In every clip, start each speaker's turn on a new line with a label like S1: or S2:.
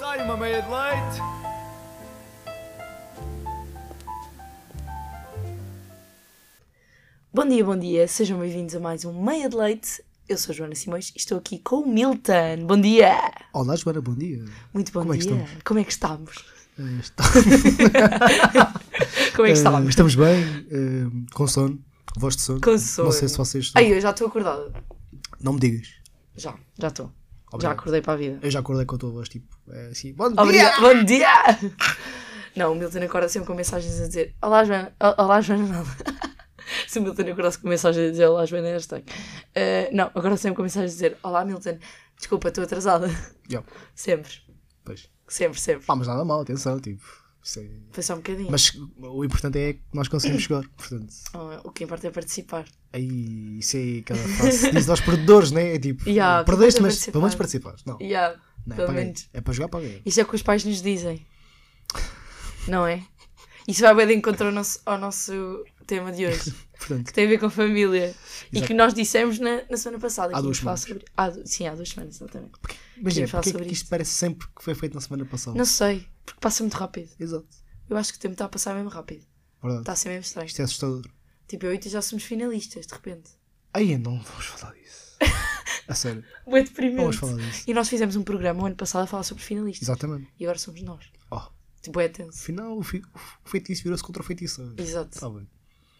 S1: time. I made it late.
S2: Bom dia, bom dia, sejam bem-vindos a mais um Meia de Leite. Eu sou a Joana Simões e estou aqui com o Milton. Bom dia!
S3: Olá, Joana, bom dia.
S2: Muito bom
S3: Como é que
S2: dia.
S3: estamos?
S2: Como é que estamos?
S3: Eh, está-
S2: Como é que
S3: eh,
S2: estamos?
S3: estamos bem, eh, com sono, voz de sono.
S2: Com sono.
S3: Não sei se vocês estão.
S2: Ai, eu já estou acordada.
S3: Não me digas.
S2: Já, já estou. Já
S3: Obrigado.
S2: acordei para a vida.
S3: Eu já acordei com a tua voz, tipo, é assim, bom dia.
S2: Obrigado. Bom dia! Não, o Milton acorda sempre com mensagens a dizer Olá Joana, O- Olá Joana nada. Se o Milton acordasse com mensagens a dizer Olá Joana, é hashtag. Eh, não, acorda sempre com mensagens a dizer Olá Milton, desculpa, estou atrasada.
S3: Já,
S2: Sempre,
S3: pois.
S2: sempre, sempre.
S3: Pá, mas nada mal, atenção, tipo. isso é-
S2: Foi só um bocadinho.
S3: Mas o importante é que nós conseguimos chegar. Portanto,
S2: Ah, o que importa é participar.
S3: aí, isso é aquela frase que diz aos perdedores, né? É tipo,
S2: Ya,
S3: perdeste,
S2: pelo
S3: mas
S2: menos
S3: pelo menos participaste. Não,
S2: Yeah,
S3: não é,
S2: pelo
S3: para ganhar.
S2: menos.
S3: é para jogar para ganhar.
S2: Isto é o que os pais nos dizem. Não é? Isso vai bem de encontro ao nosso, ao nosso tema de hoje,
S3: Portanto,
S2: que tem a ver com família. E
S3: Exato.
S2: que nós dissemos na, na semana passada.
S3: Há
S2: que íamos
S3: duas
S2: falar
S3: semanas.
S2: sobre. Há du- sim, há duas semanas, exatamente.
S3: imagina,
S2: falar
S3: porque é
S2: sobre
S3: que isto
S2: isto.
S3: parece sempre que foi feito na semana passada?
S2: Não sei, porque passa muito rápido.
S3: Exato,
S2: Eu acho que o tempo está a passar mesmo rápido.
S3: verdade.
S2: Está a ser mesmo estranho.
S3: Isto é assustador.
S2: Tipo, eu e tu já somos finalistas, de repente.
S3: Ai, não vamos falar disso. A sério,
S2: Muito
S3: não vamos
S2: deprimente.
S3: falar disso.
S2: E nós fizemos um programa o ano passado a falar sobre finalistas.
S3: Exatamente.
S2: E agora somos nós.
S3: Oh,
S2: Tipo, é tenso.
S3: afinal, o, fi- o feitiço virou-se contra o feitiço.
S2: Exato.
S3: Está bem.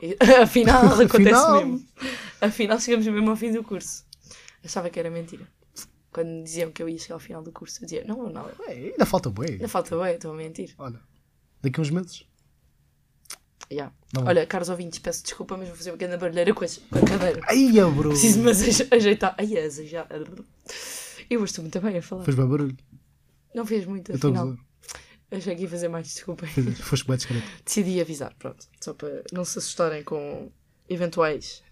S2: E- Afinal, acontece
S3: Afinal.
S2: mesmo. Afinal, chegamos mesmo ao fim do curso. Achava que era mentira. Quando me diziam que eu ia chegar ao final do curso, eu dizia: Não, vou nada.
S3: Ué, ainda falta bem.
S2: Ainda falta bem, estou a mentir.
S3: Olha, daqui a uns meses.
S2: Ya.
S3: Não.
S2: Olha, caros ouvintes, peço desculpa, mas vou fazer uma grande barulheira com, as- com a cadeira.
S3: Ai, é bro.
S2: Preciso-me aje- ajeitar. Ai, azeijar. Eu gosto muito bem a falar.
S3: Fez bem barulho.
S2: Não fez muito,
S3: Eu estou a
S2: afinal.
S3: gozar.
S2: Achei que ia fazer mais, desculpem.
S3: Fez- Foste bem discreto.
S2: Decidi avisar, pronto. Só para não se assustarem com eventuais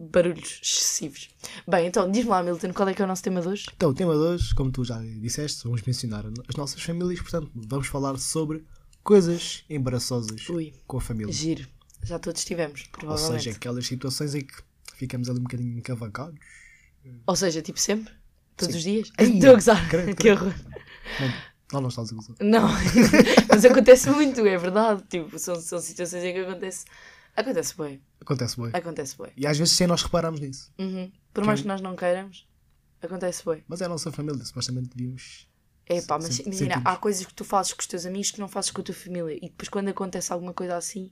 S2: barulhos excessivos. Bem, então, diz-me lá, Milton, qual é que é o nosso tema de hoje?
S3: Então, o tema de hoje, como tu já disseste, vamos mencionar as nossas famílias. Portanto, vamos falar sobre coisas embaraçosas
S2: Ui.
S3: com a família.
S2: Giro. Já todos estivemos,
S3: Ou
S2: provavelmente.
S3: seja, aquelas situações em que ficamos ali um bocadinho encavacados.
S2: tipo sempre? Todos
S3: Sim.
S2: os dias?
S3: Ai,
S2: Estou a gozar.
S3: credo,
S2: que
S3: credo.
S2: horror.
S3: Não, não, não estás a gozar.
S2: Não, mas acontece muito, é verdade. Tipo, são, são situações em que acontece. Acontece bem.
S3: Acontece bem.
S2: Acontece bem.
S3: E às vezes sem nós repararmos nisso.
S2: Uhum. Por mais que nós não queiramos, acontece bem.
S3: Mas é a nossa família, supostamente devíamos.
S2: É pá, mas
S3: Sim,
S2: imagina,
S3: sentimos.
S2: há coisas que tu fazes com os teus amigos que não fazes com a tua família. E depois quando acontece alguma coisa assim,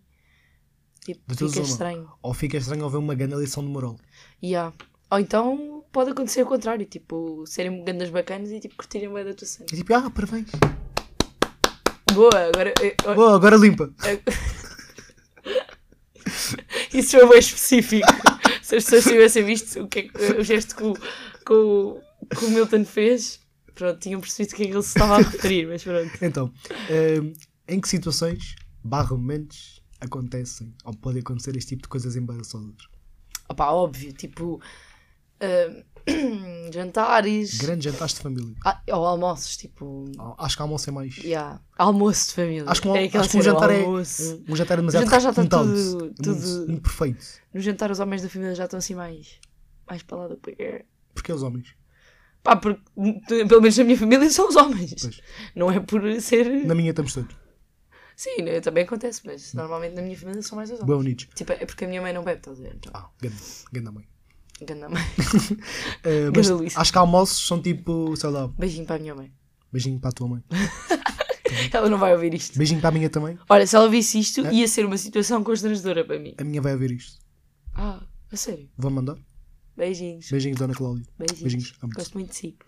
S2: tipo,
S3: De todas
S2: fica
S3: uma.
S2: estranho.
S3: Ou fica estranho haver uma grande lição de moral.
S2: E há. Ou então pode acontecer o contrário, tipo, serem grandes bacanas e tipo, curtirem bem da tua cena.
S3: É tipo, ah, parabéns.
S2: Boa, agora. eh, eu-
S3: Oh, agora limpa.
S2: Isso foi bem específico. Se as pessoas tivessem visto o, que é que- o gesto que o, que, o, que o Milton fez, pronto, tinham percebido o que é que ele se estava a referir, mas pronto.
S3: Então, ehm, em que situações, barra momentos, acontecem ou pode acontecer este tipo de coisas embaraçosas?
S2: Opá, óbvio, tipo. ah, jantares.
S3: Grandes jantares de família.
S2: ah, ou almoços, tipo.
S3: Ah, Acho que almoço é mais.
S2: yeah, Almoço de família. Hum.
S3: Acho que um,
S2: é aquela
S3: acho que um
S2: cena,
S3: jantar é.
S2: almoço.
S3: Um jantar é demasiado.
S2: O jantar já está
S3: requintado.
S2: tudo-
S3: Muito-
S2: tudo-
S3: muito perfeito.
S2: No jantar, os homens da família já estão assim mais. mais para lá do que.
S3: Porque os homens.
S2: Pá, porque pelo menos na minha família são os homens.
S3: Pois.
S2: Não é por ser.
S3: Na minha estamos todos.
S2: Sim, eu também acontece, mas normalmente na minha família são mais os
S3: Bem
S2: homens.
S3: unidos.
S2: Tipo, é porque a minha mãe não bebe, estás a ver? Então,
S3: Ah, grande, grande mãe.
S2: ganda mãe.
S3: Eh, mas
S2: Grande Luísa.
S3: acho que almoços são tipo, sei lá,
S2: Beijinho para a minha mãe.
S3: beijinho para a tua mãe.
S2: Ela não vai ouvir isto.
S3: Beijinho para a minha também.
S2: Olha, se ela visse isto,
S3: É.
S2: ia ser uma situação constrangedora para mim.
S3: A minha vai ouvir isto.
S2: Ah, a sério.
S3: Vou mandar.
S2: Beijinhos.
S3: Beijinhos, Dona Cláudia.
S2: Beijinhos.
S3: Beijinhos. Amo.
S2: Gosto muito de si.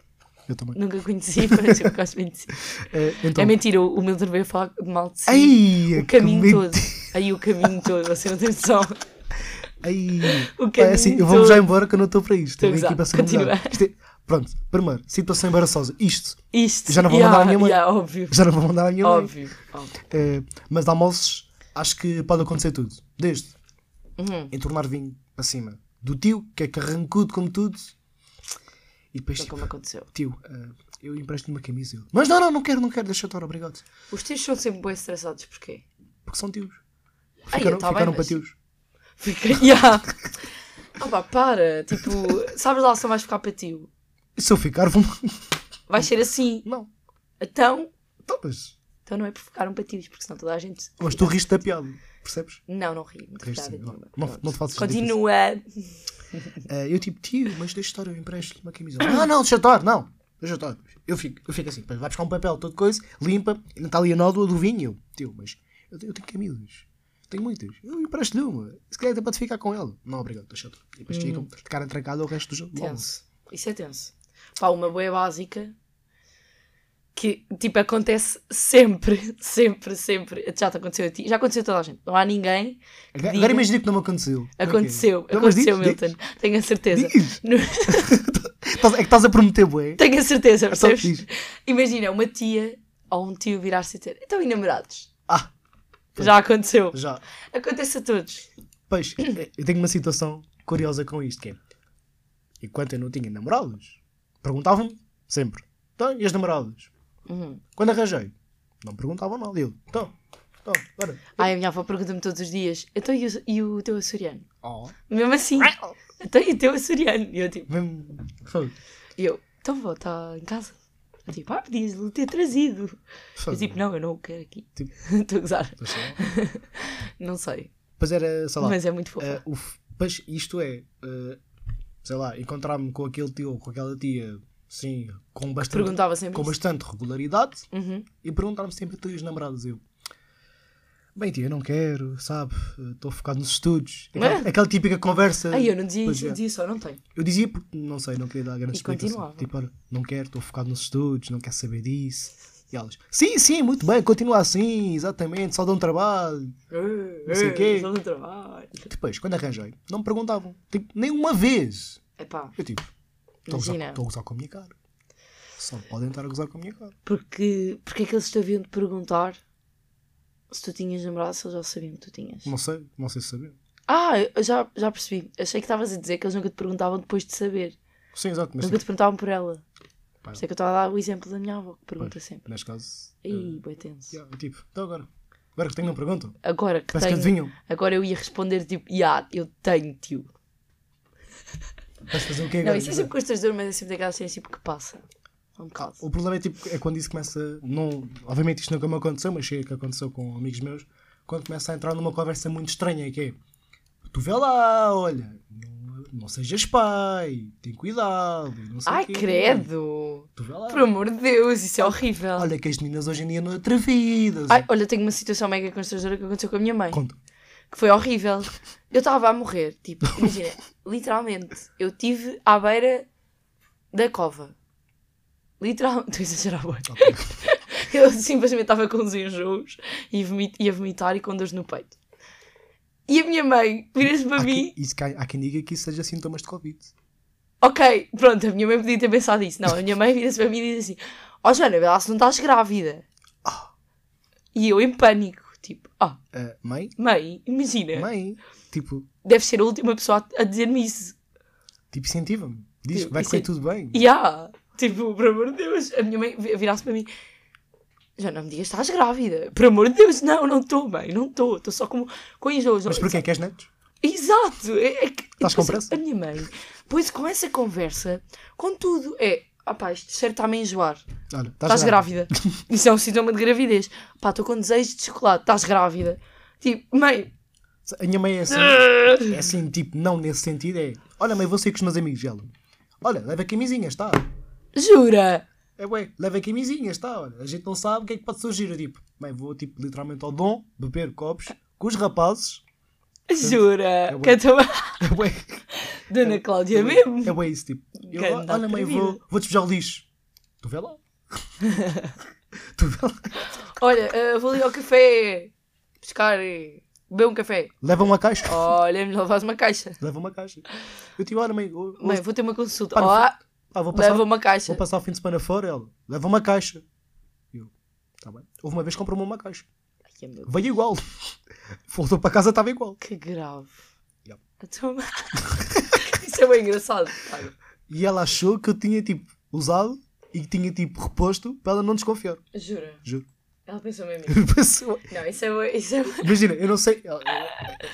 S3: Eu também.
S2: Nunca conheci, mas eu gosto muito de si.
S3: Eh, então.
S2: É mentira, o o Milton veio falar de mal de si.
S3: Ai,
S2: o caminho
S3: que
S2: todo.
S3: mentira.
S2: Aí o caminho todo, você não tem noção.
S3: Ai.
S2: O
S3: Pá, é
S2: caminho
S3: assim, eu
S2: todo.
S3: vou-me já embora que eu não estou para isto. Eu vim
S2: Exato.
S3: aqui para ser
S2: Continua.
S3: humilhado. Isto é- Pronto, primeiro, situação embaraçosa. Isto,
S2: Isto.
S3: Já não vou
S2: yeah,
S3: mandar à minha mãe.
S2: yeah, óbvio.
S3: já não vou mandar à minha mãe.
S2: Óbvio. óbvio.
S3: Eh, mas de almoços, acho que pode acontecer tudo. Desde
S2: Uhum.
S3: entornar vinho para cima do tio, que é carrancudo como tudo. E depois,
S2: Então,
S3: tipo,
S2: como aconteceu.
S3: tio, eh, eu empresto-lhe uma camisa. Ele, Mas não, não, não quero, não quero, deixa eu estar, obrigado.
S2: Os tios são sempre bem estressados, porquê?
S3: Porque são tios.
S2: Ai,
S3: Ficaram,
S2: tá bem,
S3: ficaram para
S2: mas-
S3: tios.
S2: Fica. Yeah. Ah pá, para. Tipo, sabes lá se não vais ficar para ti?
S3: E se eu ficar, vou...
S2: Vai ser assim.
S3: não.
S2: Então,
S3: Então, mas,
S2: Então não é por ficaram batidos, porque senão toda a gente.
S3: mas tu riste da piada, percebes?
S2: Não, não ri.
S3: Riste,
S2: Riste,
S3: não. Não- não te faças
S2: Continua.
S3: Eh, eu tipo, tio, mas deixa estar, eu empresto-lhe uma camisola. Não, Ah, não, deixa estar, não. Deixa estar. Eu fico, eu fico assim, pá, vai buscar um papel, toda coisa, limpa, ainda está ali a nódoa do vinho. Eu, Tio, mas eu, eu tenho camisas. Tenho muitas. Eu empresto-lhe uma. Se calhar é até pode ficar com ela. Não, obrigado, deixa estar. E depois ficam de cara trancada o resto do jogo. Bom,
S2: Tenso. Isso é tenso. Pá, uma boa básica que, tipo, acontece sempre, sempre, sempre. Já te aconteceu a ti, já aconteceu a toda a gente. Não há ninguém. que
S3: Agora
S2: diga-
S3: agora imagina que não me aconteceu.
S2: Aconteceu,
S3: Não, mas
S2: aconteceu,
S3: diz, diz.
S2: Milton. Tenho a certeza.
S3: Diz.
S2: No-
S3: Estás- É que estás a prometer, bué.
S2: Tenho a certeza,
S3: É Só te
S2: percebes? Imagina uma tia ou um tio virar-se e dizer: Então, e namorados?
S3: Ah,
S2: Já aconteceu.
S3: já.
S2: Acontece a todos.
S3: Pois, eh, eu tenho uma situação curiosa com isto, que é, enquanto eu não tinha namorados, perguntavam-me sempre, então, e as namoradas?
S2: Uhum.
S3: Quando arranjei? Não me perguntavam nada, eu, então, então, agora.
S2: Ai, a minha avó pergunta-me todos os dias: Então, e o, e o teu açoriano?
S3: Oh,
S2: Mesmo assim, então, e o teu açoriano? E eu, tipo,
S3: mesmo, fogo,
S2: e eu então, vó, está em casa. Eu, tipo, ah, podias-lhe ter trazido. Eu,
S3: fogo.
S2: tipo, não, eu não o quero aqui.
S3: Tá Tipo-
S2: Estou a gozar.
S3: Não sei.
S2: Não sei,
S3: Pois era, sei lá,
S2: mas é muito fofo.
S3: eh, o f- pois isto é, eh, sei lá, encontrar-me com aquele tio ou com aquela tia, sim, com bastante,
S2: Perguntava sempre
S3: com
S2: isso.
S3: bastante regularidade,
S2: Uhum.
S3: e perguntaram-me sempre tu e os namorados. Eu, bem, tia, eu não quero, sabe? Estou focado nos estudos. Aquela,
S2: Ah.
S3: aquela típica conversa.
S2: Ai, eu não dizia
S3: Pois
S2: isso,
S3: é.
S2: eu dizia só, não tenho.
S3: Eu dizia porque não sei, não queria dar grande
S2: E
S3: explicação.
S2: continuava.
S3: Tipo, olha, não quero, estou focado nos estudos, não quero saber disso. E elas, sim, sim, muito bem, continua assim, exatamente, só dá um trabalho.
S2: Não
S3: sei o quê.
S2: Só no trabalho.
S3: Depois, quando arranjei, não me perguntavam, tipo, nem uma vez.
S2: Epá,
S3: Eu tipo, estou a gozar-
S2: Imagina.
S3: estou a gozar com a minha cara. Só podem estar a gozar com a minha cara.
S2: porque, porque é que eles te haviam de perguntar se tu tinhas namorado se eles já sabiam que tu tinhas?
S3: Não sei, não sei se sabiam.
S2: Ah, eu já, já percebi. Achei que estavas a dizer que eles nunca te perguntavam depois de saber.
S3: Sim, exato, mas
S2: nunca te perguntavam por ela.
S3: Pá.
S2: Por isso é que eu estava a dar o exemplo da minha avó, que pergunta sempre.
S3: tipo, neste caso. eh,
S2: Ih, boi tenso.
S3: Yeah, tipo, então agora. Agora que tenho uma pergunta.
S2: Agora que
S3: Parece que
S2: tenho.
S3: adivinham.
S2: Agora eu ia responder tipo, yeah, eu tenho, tio.
S3: Vais fazer o quê agora?
S2: Não, isso é sempre com estas dores, mas é sempre daquelas cenas tipo que passa. Um bocado.
S3: O problema é, tipo, é quando isso começa. Não, obviamente isto nunca me aconteceu, mas sei que aconteceu com amigos meus. Quando começa a entrar numa conversa muito estranha, que é tu vê lá, olha, não, não sejas pai, tem cuidado, não sei Ah, o é
S2: Ai,
S3: quê.
S2: credo!
S3: Tu vê lá.
S2: Por amor de Deus, isso é horrível.
S3: Olha que as meninas hoje em dia não atrevidas.
S2: Ai, olha, tenho uma situação mega constrangedora que aconteceu com a minha mãe,
S3: Conta.
S2: que foi horrível. Eu estava a morrer, tipo, imagina, literalmente, eu estive à beira da cova. Literalmente, estou a exagerar bué.
S3: Ok.
S2: Eu simplesmente estava com os enjoos e vomit- ia vomitar e com dores no peito. E a minha mãe vira-se para
S3: Há
S2: mim,
S3: quem, isso Ah, que há, há quem diga que isso seja sintomas de Covid.
S2: ok, pronto, a minha mãe podia ter pensado isso. Não, a minha mãe vira-se para mim e diz assim: Ó oh, Joana, vê lá se não estás grávida. E eu em pânico, tipo, ah,
S3: Ah, mãe?
S2: mãe, imagina.
S3: Mãe? Tipo,
S2: deve ser a última pessoa a a dizer-me isso.
S3: tipo incentiva-me. Diz
S2: Tipo,
S3: que vai correr
S2: isso é-
S3: tudo bem.
S2: E há, tipo, por amor de Deus, a minha mãe vi- virasse para mim. Já não me digas, estás grávida. Por amor de Deus, não, não estou, mãe, não estou. Estou só com, com enjoos.
S3: Mas porquê? Queres netos?
S2: Exato. É, é que,
S3: Estás com
S2: depois
S3: pressa?
S2: A minha mãe, pois com essa conversa, com tudo, é, ah pá, isto cheiro está-me a enjoar.
S3: Olha, estás,
S2: Estás grávida. Isso é um sintoma de gravidez. Pá, estou com desejo de chocolate, estás grávida. Tipo, mãe,
S3: A minha mãe é assim, é assim, tipo, não nesse sentido, é olha, mãe, vou sair com os meus amigos. E Ela, olha, leva camisinhas, está.
S2: jura.
S3: É ué, leva camisinhas, está. Olha, a gente não sabe o que é que pode surgir. Eu, tipo, mãe, vou, tipo, literalmente ao dom, beber copos com os rapazes.
S2: Jura.
S3: bué.
S2: Que eu também-
S3: É ué,
S2: Dona Cláudia mesmo. é
S3: é ué isso, tipo. Eu,
S2: Ganda
S3: olha, mãe, vou,
S2: atrevida.
S3: vou despejar o lixo. Tu vê lá. tu vê lá.
S2: Olha, eh, vou ali ao café buscar e beber um café.
S3: Leva uma caixa.
S2: Olha, é melhor levar uma caixa.
S3: Leva uma caixa. Eu, tipo, olha, mãe, eu-
S2: Mãe, vou ter uma consulta.
S3: Pá, no
S2: Olá,
S3: ah, vou passar
S2: leva uma caixa.
S3: Vou passar o fim de semana fora, ela. Leva uma caixa. E Eu, tá bem. Houve uma vez que comprou-me uma caixa.
S2: Ai, meu,
S3: Veio igual. Voltou para casa, estava igual.
S2: que grave.
S3: Yep.
S2: Eu tô- Isso é bem engraçado. Olha,
S3: E ela achou que eu tinha, tipo, usado e que tinha, tipo, reposto para ela não desconfiar.
S2: Jura.
S3: Juro.
S2: Ela pensou mesmo isso.
S3: Eu pensei-
S2: Não, isso é bué- isso é bué-
S3: Imagina, eu não sei.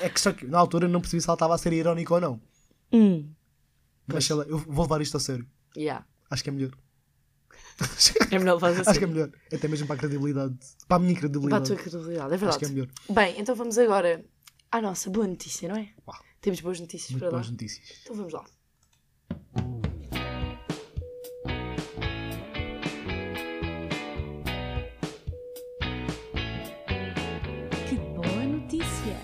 S3: É que só que na altura eu não percebi se ela estava a ser irónica ou não. Hum. Mas sei lá, eu vou levar isto a sério.
S2: Yeah.
S3: Acho que é melhor.
S2: É melhor fazer assim.
S3: Acho que é melhor. Até mesmo para a credibilidade. Para a minha
S2: Para a
S3: credibilidade.
S2: tua credibilidade, é
S3: Acho que
S2: verdade.
S3: é melhor.
S2: Bem, então vamos agora à nossa boa notícia, não é?
S3: Uau.
S2: Temos boas notícias
S3: Muito
S2: para
S3: boas
S2: dar.
S3: notícias.
S2: Então vamos lá.
S1: Que boa notícia!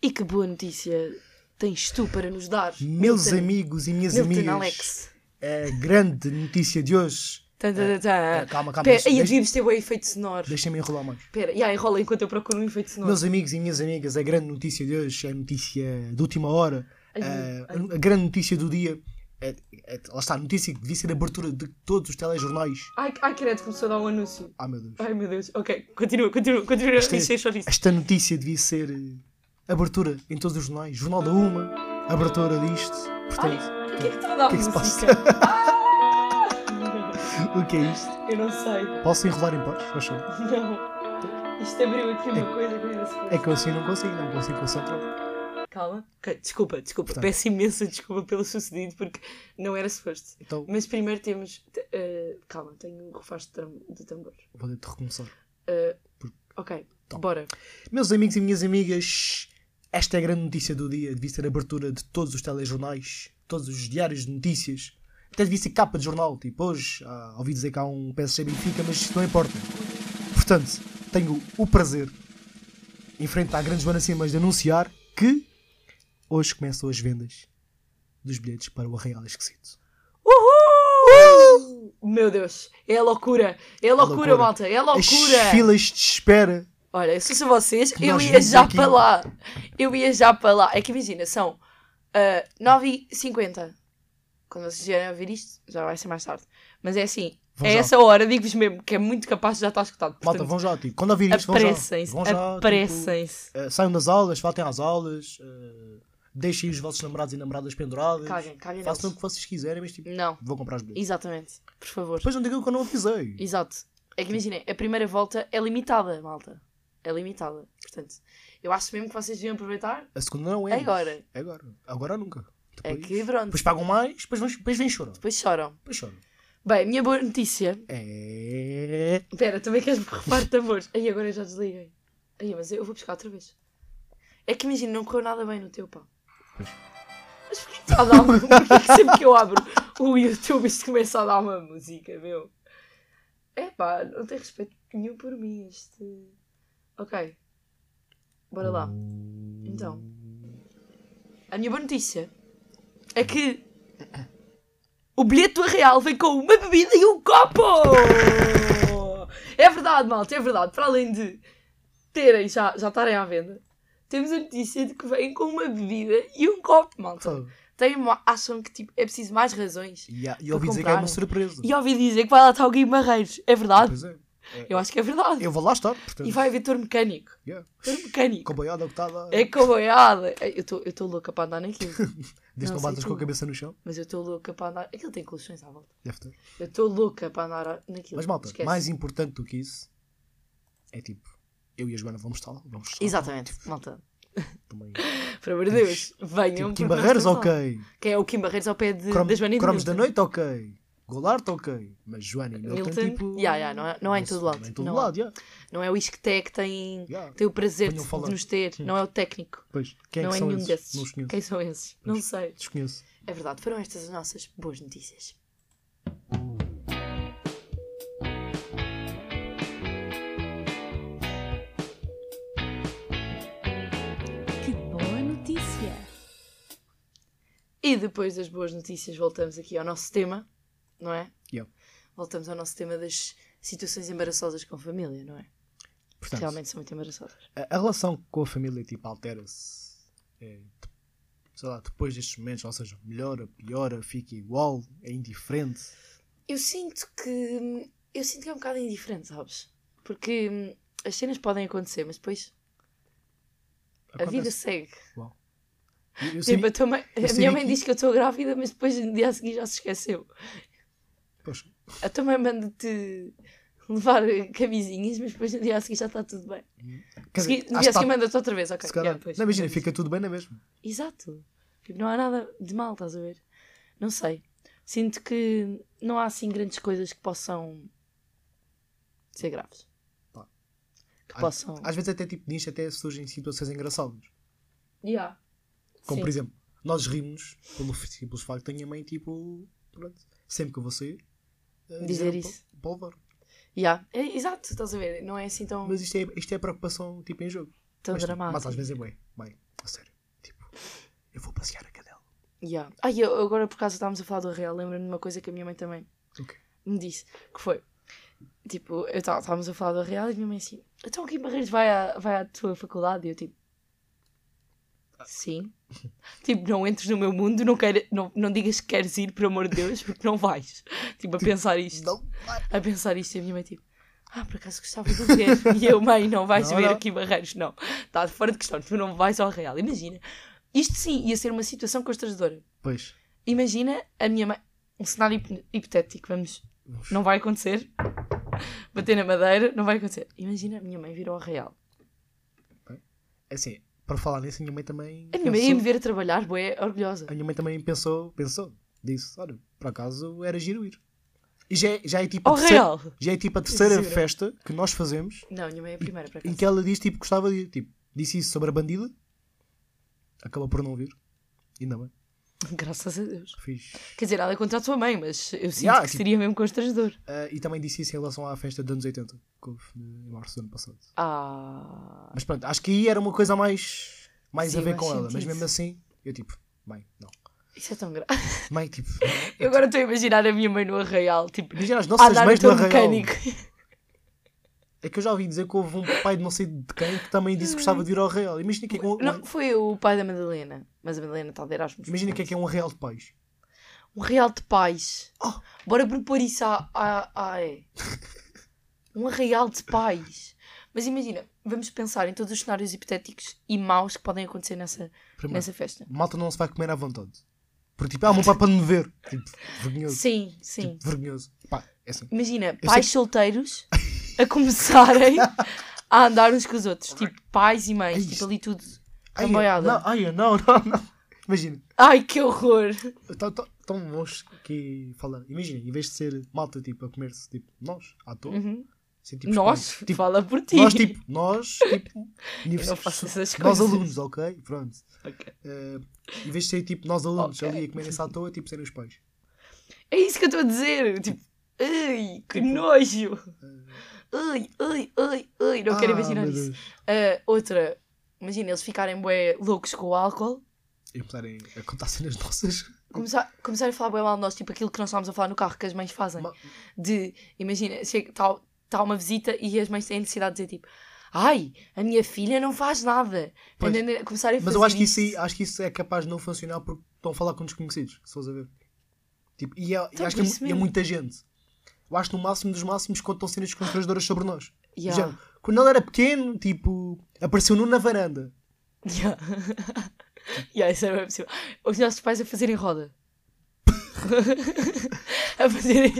S2: E que boa notícia tens tu para nos dar?
S3: Meus
S2: Milton-
S3: amigos e minhas
S2: Milton
S3: amigas.
S2: Alex.
S3: A grande notícia de hoje.
S1: Tá,
S2: Tan, tan, tan, tan.
S3: É, calma, calma,
S2: Pera,
S3: deixa-
S2: aí
S3: deixa-
S2: devíamos ter o efeito sonoro.
S3: Deixem-me enrolar mais.
S2: Espera, e aí rola enquanto eu procuro um efeito sonoro.
S3: Meus amigos e minhas amigas, a grande notícia de hoje, a notícia de última hora,
S2: Ai,
S3: eh, a, grande notícia do dia, eh, eh, lá está, a notícia que devia ser a abertura de todos os telejornais.
S2: Ai, ai, credo, começou a dar um anúncio.
S3: Ah, meu Deus.
S2: Ai meu Deus, ok, continua, continua, continua.
S3: Esta-
S2: Isso é só isso.
S3: Esta notícia devia ser eh, abertura em todos os jornais. Jornal da Uma, abertura disto.
S2: Ai,
S3: Portanto,
S2: o que é que está a dar
S3: que é que se
S2: música? Ah!
S3: o que é isto?
S2: Eu não sei,
S3: Posso enrolar em paz? Faz favor.
S2: não. Isto abriu aqui uma coisa que eu não sei.
S3: É que eu assim não consigo, não consigo concentrar.
S2: Calma. Ok, desculpa, desculpa.
S3: Portanto.
S2: Peço imensa desculpa pelo sucedido porque não era suposto.
S3: Então,
S2: Mas primeiro temos. te- eh, calma, tenho um refaz de, tram- de tambor.
S3: vou ter de recomeçar.
S2: Eh, ok, bora.
S3: Meus amigos e minhas amigas, esta é a grande notícia do dia. Devia ser a abertura de todos os telejornais, todos os diários de notícias. Até devia ser capa de jornal. Tipo, hoje ah, ouvi dizer que há um PSG Benfica, mas isso não importa. Portanto, tenho o prazer, em frente à grande Joana Simas, de anunciar que hoje começam as vendas dos bilhetes para o Arraial Esquecido.
S2: Uhul! Meu Deus, é a loucura. É a loucura,
S3: loucura.
S2: malta. É a loucura.
S3: As filas de espera.
S2: Olha, se fosse vocês, eu
S3: nós
S2: ia
S3: vimos
S2: já
S3: aqui.
S2: para lá. Eu ia já para lá. É que imagina, são ah, 9h50. Quando vocês vierem a ver isto, já vai ser mais tarde. Mas é assim,
S3: Vão
S2: é
S3: já.
S2: essa hora, digo-vos mesmo, que é muito capaz de já estar escutado.
S3: Malta,
S2: Portanto,
S3: vão já, tipo, quando ouvir isto, vão já.
S2: Apressem-se,
S3: Vão já, tipo,
S2: apressem-se.
S3: Uh, saiam das aulas, faltem às aulas, uh, deixem os vossos namorados e namoradas pendurados.
S2: Caguem, caguem
S3: Façam o
S2: neles.
S3: que vocês quiserem, mas tipo,
S2: Não,
S3: vou comprar os bilhetes.
S2: exatamente. Por favor.
S3: Depois não digam que eu não avisei.
S2: Exato. É que imaginem, a primeira volta é limitada, malta. É limitada. Portanto, eu acho mesmo que vocês deviam aproveitar.
S3: A segunda não é.
S2: É agora.
S3: É agora. Agora ou nunca.
S2: É
S3: Depois-
S2: que pronto.
S3: Depois pagam mais, depois, vão, depois vêm chorar.
S2: Depois choram.
S3: Depois choram.
S2: Bem, minha boa notícia
S3: É.
S2: Pera, também queres-me reparar de tambores? Aí agora eu já desliguei. Aí, mas eu vou buscar outra vez. É que imagina, não correu nada bem no teu pá.
S3: Pois.
S2: Mas porquê que está a dar uma... porquê que sempre que eu abro o YouTube isto começa a dar uma música, meu? É pá, não tem respeito nenhum por mim este... Ok. Bora lá. Então. A minha boa notícia é que o bilhete do Arreal vem com uma bebida e um copo! É verdade, malta, é verdade. Para além de terem, já, já estarem à venda, temos a notícia de que vem com uma bebida e um copo, malta.
S3: Então,
S2: Tem uma- acham que tipo, é preciso mais razões?
S3: E, há- e
S2: Para
S3: ouvi dizer que é uma
S2: comprarem.
S3: surpresa.
S2: E ouvi dizer que vai lá estar o Guilherme Barreiros. É verdade?
S3: Pois é.
S2: Eu acho que é verdade.
S3: Eu vou lá estar, portanto.
S2: E vai haver tour mecânico.
S3: Yeah.
S2: Tour mecânico.
S3: Com a boiada que está lá.
S2: É coboiada. Eu estou louca para andar naquilo.
S3: Desde
S2: não
S3: não
S2: sei
S3: batas com a
S2: tu.
S3: cabeça no chão.
S2: Mas eu estou louca para andar. Aquilo tem colchões à volta.
S3: Deve ter.
S2: Eu estou louca para andar naquilo.
S3: Mas malta,
S2: Esquece.
S3: mais importante do que isso é tipo, eu e a Joana vamos estar lá. Vamos estar lá,
S2: Exatamente, malta.
S3: também.
S2: Pelo amor de Deus, venham.
S3: Tipo, Kim
S2: porque nós
S3: Barreiros,
S2: estamos lá.
S3: ok.
S2: Quem é o Kim Barreiros ao pé de,
S3: Crom-
S2: da Joana e do
S3: Cromos da
S2: Milton.
S3: Noite, ok. Golarte, ok. Mas Joana e Milton,
S2: Milton,
S3: tipo.
S2: yeah, yeah, não é- não é em todo
S3: se-
S2: lado.
S3: Não é em todo
S2: Não
S3: lado, yeah.
S2: Não é o Isqueté que tem,
S3: Yeah.
S2: que tem o prazer de,
S3: Venham falar.
S2: de nos ter. Não é o técnico.
S3: Pois, quem é
S2: não
S3: que
S2: é
S3: são
S2: nenhum
S3: esses?
S2: desses.
S3: Não os conheço.
S2: Quem são esses? Não sei.
S3: Desconheço.
S2: É verdade, foram estas as nossas boas notícias.
S1: Que boa notícia!
S2: E depois das boas notícias, voltamos aqui ao nosso tema, não é?
S3: Yeah.
S2: Voltamos ao nosso tema das situações embaraçosas com família, não é?
S3: Portanto,
S2: Realmente são muito embaraçosas.
S3: a, a relação com a família tipo, altera-se. é, de- sei lá, depois destes momentos, ou seja, melhora, piora, fica igual, é indiferente.
S2: Eu sinto que. Eu sinto que é um bocado indiferente, sabes? Porque hum, as cenas podem acontecer, mas depois a vida
S3: Acontece.
S2: segue.
S3: Eu- eu
S2: Tipo,
S3: sabia-
S2: a, tua mãe- a
S3: eu
S2: minha
S3: sabia
S2: mãe
S3: que-
S2: diz que eu estou grávida, mas depois no dia a seguir já se esqueceu.
S3: Poxa,
S2: A tua mãe manda-te levar eh, camisinhas, mas depois no dia a seguir já está tudo bem.
S3: quer dizer,
S2: Segui- no dia
S3: acho que
S2: a seguir
S3: tá-
S2: manda-te outra vez, ok.
S3: se calhar-
S2: yeah, pois. é
S3: não imagina, fica tudo bem na mesma.
S2: Exato. Tipo, não há nada de mal, estás a ver? Não sei. Sinto que não há assim grandes coisas que possam ser graves.
S3: Pá.
S2: Que
S3: Às-
S2: possam.
S3: Às vezes até tipo nisto até surgem situações engraçadas.
S2: Yeah.
S3: Como
S2: Sim.
S3: por exemplo, nós rimos pelo f- simples facto da minha mãe, tipo, pronto, sempre que eu vou sair, eh,
S2: Dizer
S3: ao
S2: isso.
S3: Paulo- Paulo Álvaro.
S2: Yeah. É, exato, estás a ver? Não é assim tão,
S3: Mas isto é, isto é preocupação tipo em jogo.
S2: tão
S3: mas, tipo,
S2: dramático.
S3: mas às vezes é bem, bem, a sério. Tipo, eu vou passear a cadela.
S2: Yeah. Ai, eu, agora por causa estávamos a falar do Real, lembro-me de uma coisa que a minha mãe também
S3: Ok.
S2: me disse, que foi. Tipo, eu tava- estávamos a falar do Real e a minha mãe assim, então aqui Barreiros vai à, vai à tua faculdade? E eu tipo,
S3: Ah.
S2: sim. tipo, não entres no meu mundo, não, quero, não, não digas que queres ir, por amor de Deus, porque não vais. Tipo, a pensar isto.
S3: Não, vai.
S2: A pensar isto e a minha mãe tipo, ah, por acaso gostava de ver. e eu, mãe, não vais
S3: Não,
S2: ver
S3: não.
S2: aqui Barreiros, não. Está fora de questão, tu não vais ao Real. Imagina. Isto sim ia ser uma situação constrangedora.
S3: Pois.
S2: Imagina a minha mãe. Um cenário hip- hipotético, vamos.
S3: Vamos.
S2: Não vai acontecer. Bater na madeira, não vai acontecer. Imagina a minha mãe vir ao Real.
S3: Assim, para falar nisso, a minha mãe também.
S2: A minha mãe ia me ver a trabalhar, boé, orgulhosa.
S3: A minha mãe também pensou, pensou, disse, olha, por acaso era giro ir. E já, é- já é tipo a
S2: Ao
S3: terceira,
S2: Real!
S3: já é tipo a terceira
S2: Juro.
S3: festa que nós fazemos
S2: Não, a minha mãe é a primeira, para
S3: em
S2: acaso.
S3: que ela diz tipo gostava de ir. Tipo, disse isso sobre a bandida, acabou por não vir. Ainda bem,
S2: Graças a Deus.
S3: fiz.
S2: Quer dizer, ela é contra a tua mãe, mas eu sinto
S3: Yeah,
S2: que
S3: tipo-
S2: seria mesmo constrangedor.
S3: Ah, e também disse isso em relação à festa dos anos 80, que houve em março do ano passado.
S2: Ah.
S3: Mas pronto, acho que aí era uma coisa mais, mais
S2: Sim,
S3: a ver
S2: eu
S3: com
S2: acho
S3: ela, mas
S2: sentido.
S3: mesmo assim, eu tipo, mãe, não.
S2: Isso é tão grave.
S3: Mãe, tipo,
S2: Eu agora estou a imaginar a minha mãe no Arraial, tipo,
S3: imagina as
S2: a
S3: nossas
S2: dar o
S3: mães do
S2: teu
S3: arraial.
S2: mecânico.
S3: É que eu já ouvi dizer que houve um pai de não sei de quem que também disse que gostava de ir ao Real. Imagina que é que é um,
S2: Não, foi o pai da Madalena, mas a Madalena está de Erasmus.
S3: imagina que é que é um Real de pais.
S2: Um real de pais.
S3: Oh.
S2: Bora propor isso à, à, à E. Um real de pais. Mas imagina, vamos pensar em todos os cenários hipotéticos e maus que podem acontecer nessa,
S3: Primeiro,
S2: nessa festa.
S3: malta não se vai comer à vontade. Porque tipo, ah, o meu pai para me ver. Tipo, vergonhoso.
S2: Sim, sim.
S3: Tipo, vergonhoso. Pá, é assim.
S2: Imagina,
S3: Eu
S2: pais solteiros a começarem a andar uns com os outros. Tipo, pais e mães.
S3: Ai,
S2: tipo,
S3: isto-
S2: ali tudo.
S3: Ai,
S2: Camboiada.
S3: não, ai, não, não, não. Imagina,
S2: Ai, que horror.
S3: tão, tão, tão bons que falam. Imagina, em vez de ser malta tipo, a comer-se, tipo, nós, à toa.
S2: Uhum.
S3: Assim, tipo,
S2: Nós,
S3: tipo,
S2: fala por ti.
S3: nós, tipo, nós, tipo,
S2: Eu não faço essas
S3: nós
S2: coisas.
S3: alunos, ok? Pronto.
S2: Ok.
S3: Eh, em vez de ser tipo nós alunos
S2: Ok.
S3: ali a comerem-se à toa, tipo serem os pais.
S2: É isso que eu estou a dizer. Tipo, ai, que
S3: Tipo,
S2: nojo. Ai, ai, ai, ai, não quero
S3: Ah,
S2: imaginar
S3: meu
S2: isso.
S3: Deus.
S2: Ah, outra, imagina eles ficarem bué loucos com o álcool,
S3: E começarem a contar cenas nossas.
S2: começar, começarem a falar bué mal de nós, tipo aquilo que nós estávamos a falar no carro que as mães fazem.
S3: Ma-
S2: De, imagina, está tá uma visita e as mães têm necessidade de dizer tipo, ai, a minha filha não faz nada.
S3: Pois.
S2: Entendem? Começarem a fazer
S3: Mas eu acho que, isso, aí- acho que isso é capaz de não funcionar porque estão a falar com desconhecidos, se fores a ver. Tipo, e, é, e
S2: Então,
S3: acho
S2: por
S3: que é,
S2: isso
S3: mu- é
S2: mesmo.
S3: muita gente. Eu acho que no máximo dos máximos contam cenas constrangedoras sobre nós.
S2: Yeah,
S3: Já, quando ele era pequeno, tipo, apareceu nu na varanda.
S2: yeah. Yeah, isso era possível. Os nossos pais a fazerem roda. a, fazerem,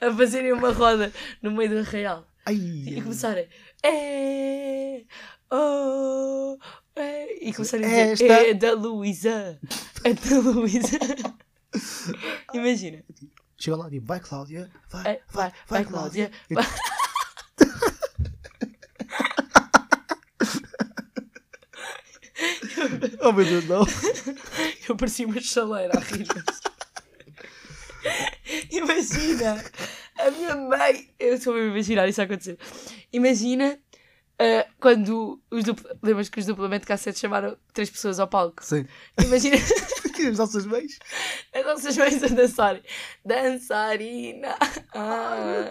S2: a fazerem uma roda no meio do arraial.
S3: Ai,
S2: e começarem é, oh, é", e começarem a dizer
S3: Esta-
S2: é da Luísa é da Luísa imagina
S3: Chega lá e digo, vai Cláudia, vai,
S2: é, vai, vai Cláudia vai.
S3: Oh meu Deus, não.
S2: eu parecia uma chaleira a rir imagina a minha mãe eu estou a imaginar isso a acontecer imagina ah, quando os dupla... lembras que os duplamente de cassete chamaram três pessoas ao palco
S3: Sim.
S2: imagina
S3: As nossas mães.
S2: As nossas mães a dançarem. Dançarina. Ah.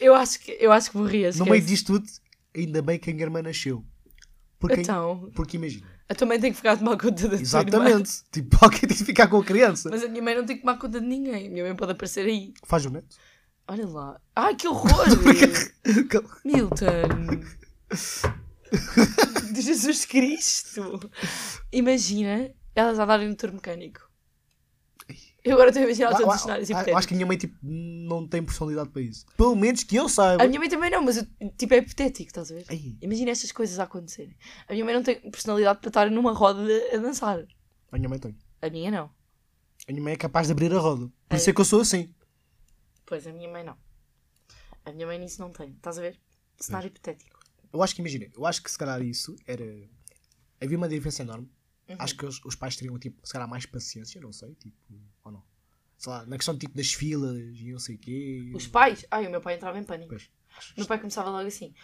S2: Eu acho que, eu acho que morria.
S3: No meio
S2: esquece.
S3: disto tudo, ainda bem que a minha irmã nasceu. Porque,
S2: Então,
S3: porque imagina.
S2: a tua mãe tem que ficar a tomar conta da tua irmã.
S3: Exatamente. Tipo, alguém tem que ficar com a criança.
S2: Mas a minha mãe não tem que tomar conta de ninguém. A minha mãe pode aparecer aí.
S3: Faz o neto.
S2: Olha lá. Ai, que horror! Milton! De Jesus Cristo! Imagina elas andarem no tour mecânico. Eu agora estou a imaginar todos os cenários
S3: Ah,
S2: hipotéticos.
S3: acho que a minha mãe tipo, não tem personalidade para isso. Pelo menos que eu saiba.
S2: A minha mãe também não, mas eu- tipo é hipotético, estás a ver?
S3: Ai,
S2: Imagina estas coisas a acontecerem. A minha mãe não tem personalidade para estar numa roda de- a dançar.
S3: a minha mãe tem.
S2: A minha não.
S3: A minha mãe é capaz de abrir a roda. Por isso é que eu sou assim.
S2: Pois, a minha mãe não. A minha mãe nisso não tem. Estás a ver? Cenário hipotético.
S3: Eu acho que, imagina, eu acho que se calhar isso era. Havia uma diferença enorme.
S2: Uhum.
S3: Acho que os, os pais teriam, tipo, se calhar mais paciência, não sei, tipo, ou não. Sei lá, na questão, tipo, das filas e não sei o quê.
S2: Os pais? Ai, o meu pai entrava em pânico.
S3: Pois.
S2: O meu pai começava logo assim.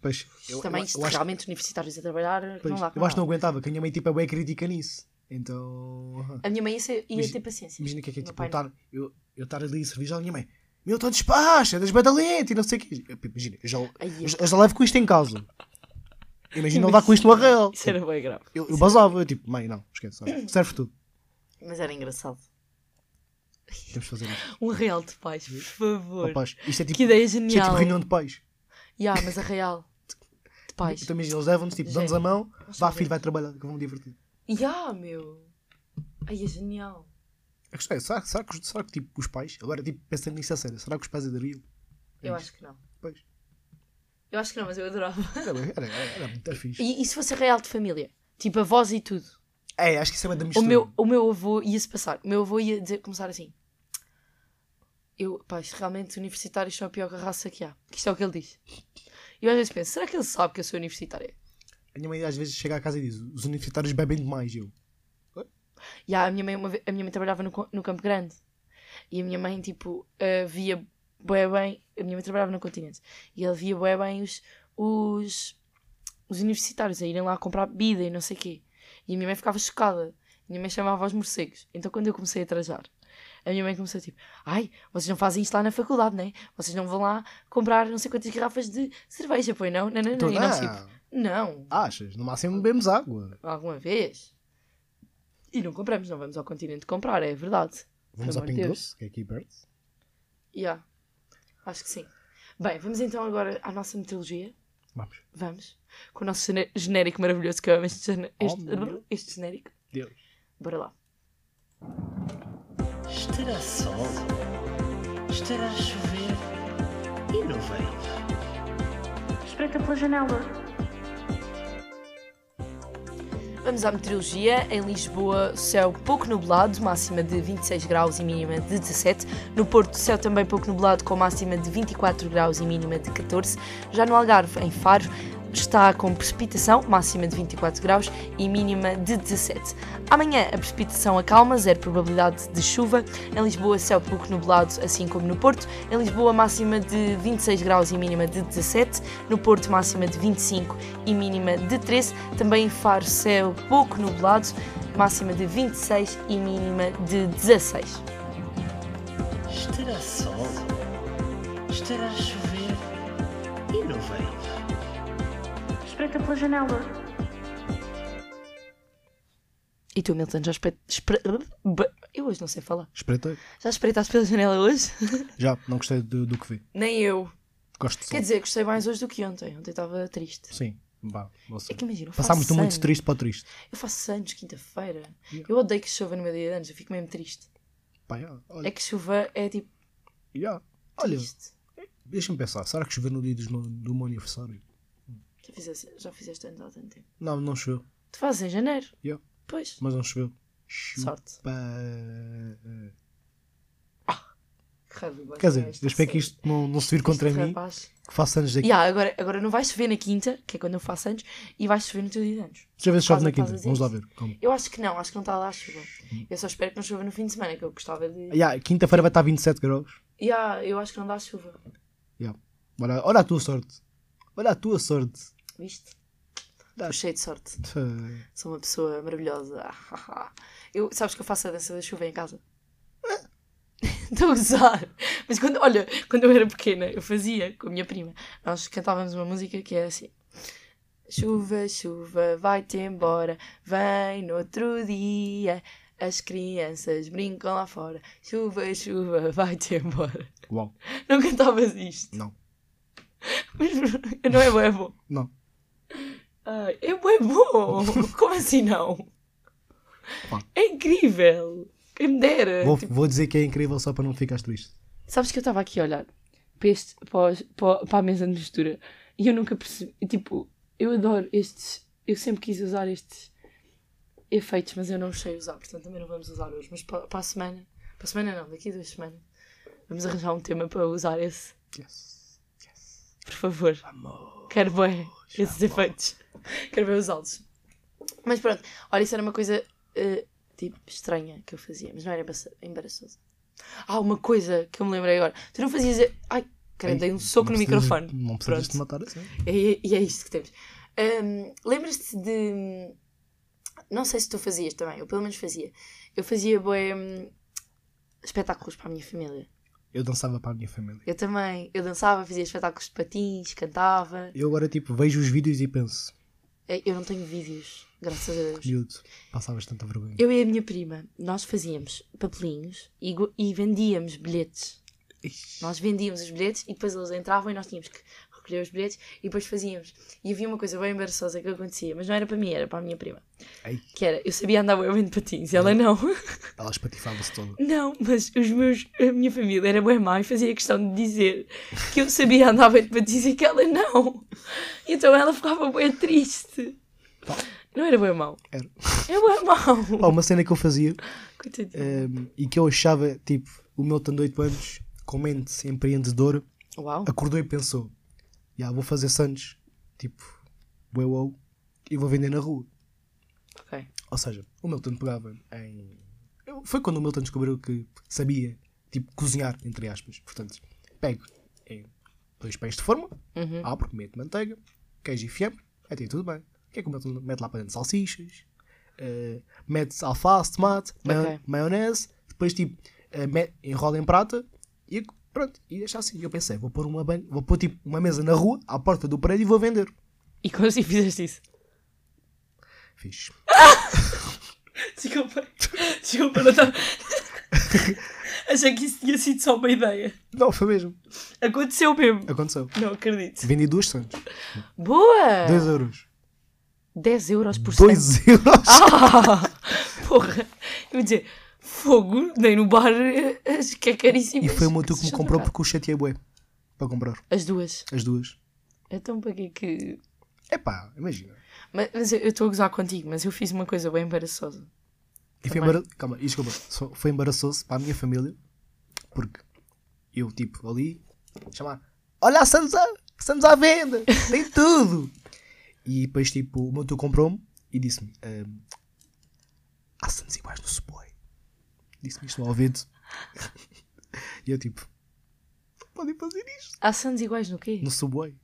S3: Pois. Eu,
S2: Também
S3: eu,
S2: isto,
S3: eu acho,
S2: realmente universitários a trabalhar, que
S3: pois,
S2: não dá. que
S3: eu
S2: não
S3: acho que
S2: dá.
S3: não aguentava, que a minha mãe, tipo, é bem crítica nisso. Então. aham.
S2: A minha mãe ia, ia
S3: Imagina-
S2: ter paciência.
S3: Imagina o que é que é,
S2: Meu
S3: tipo,
S2: pai
S3: eu estar eu, eu estar ali a servir já a minha mãe. Meu, estou despacho, é das badalente e não sei o quê. Eu, tipo, Imagina, eu já,
S2: Ai,
S3: eu já- eu já levo com isto em casa. Imagina levar com isto no arreal.
S2: Isso era bem grave.
S3: Eu, eu basava, eu tipo, mãe, não, esquece, olha, serve tudo.
S2: Mas era engraçado.
S3: Temos de fazer isto.
S2: Um real de pais, por favor.
S3: Rapaz, isto é tipo,
S2: que ideia
S3: isto é tipo
S2: genial.
S3: reunião de pais.
S2: Ya, mas a real de pais.
S3: Então imagina, eles levam-nos, tipo, dão-nos a mão, vá filho, vai trabalhar, que vão me divertir.
S2: Ya, meu. Ai, é genial.
S3: Eu gostei, será, será, É que, os- será que tipo, os pais, agora tipo, pensando nisso a sério, será que os pais aderiam?
S2: Eu
S3: É
S2: acho que não.
S3: Pois.
S2: Eu acho que não, mas eu adorava.
S3: Era, bem- era, era, era muito fixe.
S2: E, e se fosse real de família? Tipo, avós e tudo.
S3: É, acho que isso é uma da
S2: O
S3: mistura.
S2: meu, o meu avô ia-se passar. O meu avô ia dizer, começar assim. Eu, pá, isto realmente universitários são a pior raça que há. Isto é o que ele diz. E eu às vezes penso, será que ele sabe que eu sou universitária?
S3: A minha mãe às vezes chega à casa e diz: os universitários bebem demais, e eu.
S2: E há, a, minha mãe, uma ve- a minha mãe trabalhava no, co- no Campo Grande. E a minha mãe, tipo, eh, via bué bem... A minha mãe trabalhava no Continente. E ele via bué bem os, os, os universitários a irem lá comprar bebida e não sei quê. E a minha mãe ficava chocada. A minha mãe chamava os morcegos. Então quando eu comecei a trajar, a minha mãe começou tipo... Ai, vocês não fazem isto lá na faculdade, né? Vocês não vão lá comprar não sei quantas garrafas de cerveja, pois não? Não, não, não.
S3: Então,
S2: E nós, tipo,
S3: ah,
S2: não,
S3: achas? No máximo bebemos água.
S2: alguma vez. E não compramos, não vamos ao Continente comprar, é verdade.
S3: Vamos
S2: Pelo
S3: ao
S2: amor de
S3: Pingo
S2: Deus.
S3: Doce, que é aqui perto.
S2: Yeah. Acho que sim. Bem, vamos então agora à nossa meteorologia.
S3: Vamos.
S2: Vamos. Com o nosso gene- genérico maravilhoso que eu amo este, gene-
S3: Oh,
S2: este-
S3: meu Deus.
S2: este genérico.
S3: Deus.
S2: Bora lá.
S4: Estará sol? Estará a chover? E não veio?
S5: Espreita pela janela.
S2: Vamos à meteorologia. Em Lisboa, céu pouco nublado, máxima de 26 graus e mínima de 17. No Porto, céu também pouco nublado, com máxima de 24 graus e mínima de 14. Já no Algarve, em Faro, está com precipitação, máxima de 24 graus e mínima de 17. Amanhã, a precipitação acalma, zero probabilidade de chuva. Em Lisboa, céu pouco nublado, assim como no Porto. Em Lisboa, máxima de 26 graus e mínima de 17. No Porto, máxima de 25 e mínima de 13. Também em Faro, céu pouco nublado, máxima de 26 e mínima de 16.
S4: Estará sol? Estará a chover? E não veio?
S5: Espreita pela janela.
S2: E tu, Milton, já espe... espre- b- Eu hoje não sei falar.
S3: Espreitei.
S2: Já espreitaste pela janela hoje?
S3: então, Já, não gostei do, do que vi.
S2: Nem eu.
S3: Gosto de sol.
S2: Quer dizer, gostei mais hoje do que ontem. Ontem estava triste.
S3: Sim, vá, você.
S2: É que imagina, eu faço
S3: Passámos do muito
S2: anos.
S3: triste para o triste.
S2: Eu faço anos quinta-feira.
S3: Yeah.
S2: Eu odeio que chova no meu dia de anos, eu fico mesmo triste.
S3: Pá, já, olha,
S2: É que chuva é tipo
S3: já. olha
S2: triste.
S3: deixa-me pensar, será que choveu no dia dos meu- do meu aniversário?
S2: Já fizeste, já fizeste anos há tanto tempo.
S3: Não, não choveu,
S2: Tu fazes em janeiro?
S3: Yeah. Hum.
S2: Pois.
S3: mas não choveu. Chupa.
S2: Sorte. Que
S3: Quer dizer, eu espero que isto não, não se vir contra mim,
S2: Rapaz.
S3: que faço anos daqui.
S2: Yeah, agora, agora não vais chover na quinta, que é quando eu faço anos, e vais chover no teu dia de anos.
S3: Deixa eu ver se chove na
S2: Estás a-
S3: quinta,
S2: estás a
S3: vamos
S2: dizer
S3: lá ver. Como.
S2: Eu acho que não, acho que não está lá a chuva.
S3: Hum.
S2: Eu só espero que não chova no fim de semana, que eu gostava de. Yeah.
S3: Já, Quinta-feira vai estar 27 graus.
S2: eu acho que não dá chuva.
S3: Já. Olha, olha a tua sorte. Olha a tua sorte.
S2: Viste?
S3: Dá.
S2: Estou cheio de sorte.
S3: Tchê.
S2: Sou uma pessoa maravilhosa. Ah, Eu, sabes que eu faço a dança da chuva em casa? Estou a usar. Mas quando, olha, quando eu era pequena, eu fazia com a minha prima. Nós cantávamos uma música que era assim. Chuva, chuva, vai-te embora, vem no outro dia. As crianças brincam lá fora. Chuva, chuva, vai-te embora.
S3: Uau.
S2: Não cantavas isto?
S3: Não.
S2: Mas não é bom, é bom.
S3: Não.
S2: Ai, é bué bom! Como assim não?
S3: Pá.
S2: É incrível! Quem me dera!
S3: Vou,
S2: Tipo,
S3: vou dizer que é incrível só para não ficares triste.
S2: sabes que eu estava aqui a olhar para, este, para, os- para- para a mesa de mistura e eu nunca percebi. Tipo, eu adoro estes. Eu sempre quis usar estes. efeitos, mas eu não os sei usar, portanto também não vamos usar hoje. Mas para, para a semana, para a semana não, daqui a duas semanas, vamos arranjar um tema para usar esse,
S3: Yes. Yes.
S2: por favor.
S3: Amor.
S2: Quero bem
S3: Oh,
S2: esses efeitos. Quero bem usá-los. Mas pronto, olha, isso era uma coisa eh, tipo estranha que eu fazia, mas não era embaraça- embaraçosa. Ah, uma coisa que eu me lembrei agora. Tu não fazias. Ai, cara, dei um soco no
S3: Não precisas-
S2: microfone.
S3: Não precisas de matar assim.
S2: E, e é isto que temos. Hum, Lembras-te de. Não sei se tu fazias também, eu pelo menos fazia. Eu fazia bué, hum, espetáculos para a minha família.
S3: Eu dançava para a minha família.
S2: Eu também. Eu dançava, fazia espetáculos de patins, cantava.
S3: Eu agora, tipo, vejo os vídeos e penso,
S2: Eh, Eu não tenho vídeos, graças a Deus.
S3: miúdo, passavas tanta vergonha.
S2: Eu e a minha prima, nós fazíamos papelinhos e, go- e vendíamos bilhetes.
S3: Ixi.
S2: Nós vendíamos os bilhetes e depois eles entravam e nós tínhamos que recolher os bilhetes e depois fazíamos. E havia uma coisa bem embaraçosa que acontecia, mas não era para mim, era para a minha prima.
S3: Ei.
S2: Que era, eu sabia andar bem bem de patins e ela não.
S3: Ela espatifava-se toda.
S2: Não, mas os meus, a minha família era bem má e fazia questão de dizer que eu sabia andar bem de patins e que ela não. Então ela ficava bem triste.
S3: Pá.
S2: Não era bem mau.
S3: Era.
S2: É bem mau.
S3: Pá, uma cena que eu fazia
S2: Coitadinho.
S3: ehm, e que eu achava, tipo, o meu tendo 8 anos, com mente empreendedora,
S2: Uau.
S3: acordou e pensou: já vou fazer Santos, tipo, ué, uou, e vou vender na rua.
S2: Ok.
S3: Ou seja, o Milton pegava em. eu- Foi quando o Milton descobriu que sabia, tipo, cozinhar, entre aspas. Portanto, pego em dois pães de forma,
S2: Uhum.
S3: abro, meto Ah, manteiga, queijo e fiambre, até tudo bem. O que é que o Milton mete lá para dentro? Salsichas, eh, mete alface, tomate, ma-
S2: Ok.
S3: maionese, depois, tipo, eh, me- enrola em prata e pronto, e deixa assim. E eu pensei, vou pôr, uma ban- vou pôr, tipo, uma mesa na rua, à porta do prédio e vou vender.
S2: E quando assim fizeste isso?
S3: Fiz.
S2: Desculpa. Desculpa, não estava. Achei que isso tinha sido só uma ideia.
S3: Não, foi mesmo.
S2: Aconteceu mesmo.
S3: Aconteceu.
S2: Não acredito.
S3: Vendi duas Santos.
S2: Boa!
S3: 2 euros.
S2: 10 euros É. por cento.
S3: 2 euros?
S2: Ah! Porra! Eu ia dizer, fogo, nem no bar, eh, acho que é caríssimo.
S3: E foi o meu tio
S2: tu
S3: que me comprou porque o chateei bué. Para comprar.
S2: As duas.
S3: As duas.
S2: Então para que que.
S3: Epá, imagina.
S2: Mas, mas eu eu estou a gozar contigo, mas eu fiz uma coisa bem embaraçosa.
S3: E foi
S2: Também.
S3: embara... Calma, e desculpa. Só- Foi embaraçoso para a minha família. Porque eu, tipo, ali, chamar. Olha, estamos, a... estamos à venda. Tem tudo. e depois, tipo, o meu tio comprou-me e disse-me. ehm, Há Santos iguais no Subway. Disse-me isto ao ouvido. e eu, tipo, podem fazer isto.
S2: Há sandes iguais no quê?
S3: No Subway.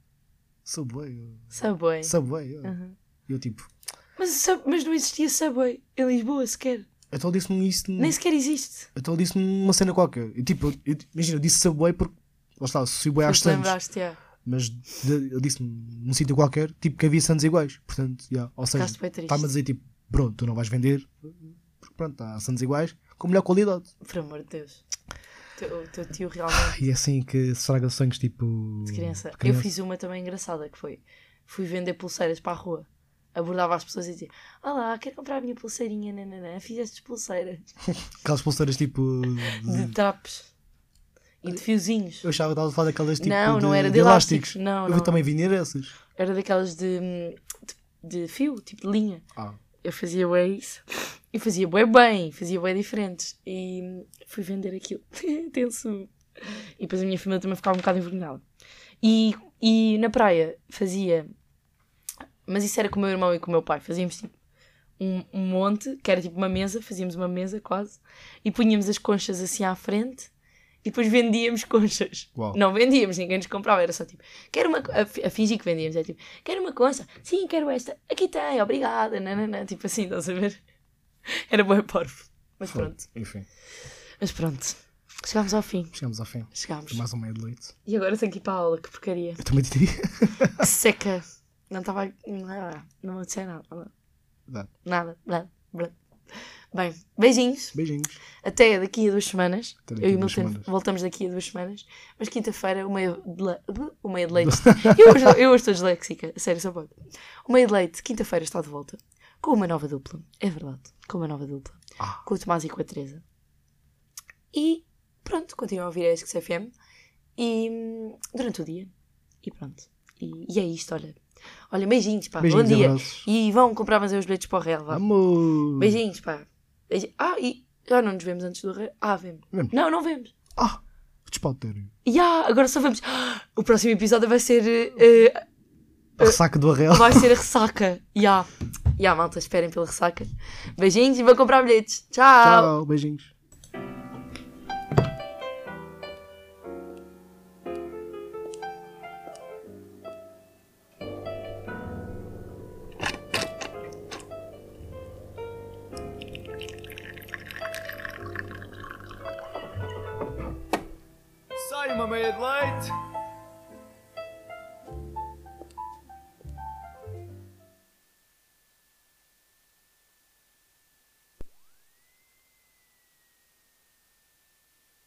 S3: Subway. eu-
S2: Subway.
S3: Subway, eu,
S2: Aham.
S3: eu tipo,
S2: Mas, o sub- mas não existia Subway em Lisboa sequer.
S3: então disse-me isso,
S2: Nem sequer existe.
S3: então disse-me uma cena qualquer. E, tipo, eu- eu- imagina, eu disse Subway porque, lá está, Subway às
S2: Mas
S3: Santos,
S2: lembraste, já.
S3: mas de, eu disse-me num sítio qualquer, tipo, que havia Santos iguais, portanto, já, ou seja,
S2: Ficaste bem triste.
S3: está-me a dizer, tipo, pronto, tu não vais vender, porque pronto, há Santos iguais, com melhor qualidade.
S2: Por amor de Deus. Teu- O teu tio realmente
S3: E é assim que se estraga sonhos, tipo,
S2: de criança.
S3: de
S2: Eu fiz uma também engraçada que foi. Fui vender pulseiras para a rua. Abordava as pessoas e dizia: Olá, quero comprar a minha pulseirinha, nananã. Fiz estas pulseiras
S3: Aquelas pulseiras, tipo, de-
S2: de trapos e de fiozinhos.
S3: eu achava que estava a falar daquelas, tipo,
S2: Não,
S3: de,
S2: não era de elásticos. Não,
S3: eu
S2: não.
S3: também vinha essas.
S2: Era daquelas de, hum, de, de fio, tipo de linha.
S3: Ah,
S2: Eu fazia bem isso. E fazia bem bem, fazia bem diferentes. E hum, fui vender aquilo. Tenso. E depois a minha família também ficava um bocado envergonhada. E, e na praia fazia. Mas isso era com o meu irmão e com o meu pai. Fazíamos tipo um, um monte, que era tipo uma mesa, fazíamos uma mesa quase. E punhamos as conchas assim à frente. E depois vendíamos conchas.
S3: Uau.
S2: Não vendíamos, ninguém nos comprava. Era só tipo, quero uma. co- A, fi- a fingir que vendíamos. Era tipo, quero uma concha. Sim, quero esta. Aqui tem, obrigada. Nananã. Tipo assim, estás a ver? Era boa porvo. Mas pronto.
S3: enfim,
S2: Mas pronto. Chegámos ao fim.
S3: chegamos ao fim.
S2: Chegámos.
S3: Mais uma meia de leite.
S2: E agora tenho que ir para a aula, que porcaria.
S3: Eu também diria.
S2: Que seca. Não estava. Não, não me disse nada.
S3: Dá.
S2: Nada. Nada. Nada. Bem, beijinhos.
S3: Beijinhos.
S2: Até daqui a duas semanas.
S3: Até daqui
S2: Eu e
S3: a
S2: o
S3: duas
S2: Milton
S3: semanas.
S2: voltamos daqui a duas semanas. Mas quinta-feira, o meio de, le... o meio de leite. eu, hoje, eu hoje estou disléxica. A Sério, só pode. O meio de leite, quinta-feira, está de volta. Com uma nova dupla. É verdade. Com uma nova dupla.
S3: Ah.
S2: Com o Tomás e com a Teresa. E pronto, continuam a ouvir a SXFM. E hum, durante o dia. E pronto. E, e é isto, olha. Olha, beijinhos, pá.
S3: Beijinhos,
S2: Bom dia.
S3: abraços.
S2: E vão comprar mais aí os bilhetes para o Real, vá.
S3: Vamos.
S2: Beijinhos, pá. Beijinhos. Ah, e já não nos vemos antes do Real. Ah, vemos.
S3: Vemos.
S2: Não, não vemos.
S3: Ah, despautério.
S2: Ya, agora só vemos. O próximo episódio vai ser. eh,
S3: A ressaca do Arreal.
S2: vai ser a ressaca. Ya. Ya, malta, esperem pela ressaca. Beijinhos e vão comprar bilhetes. Tchau.
S3: Tchau, beijinhos.
S6: Sai uma meia de leite.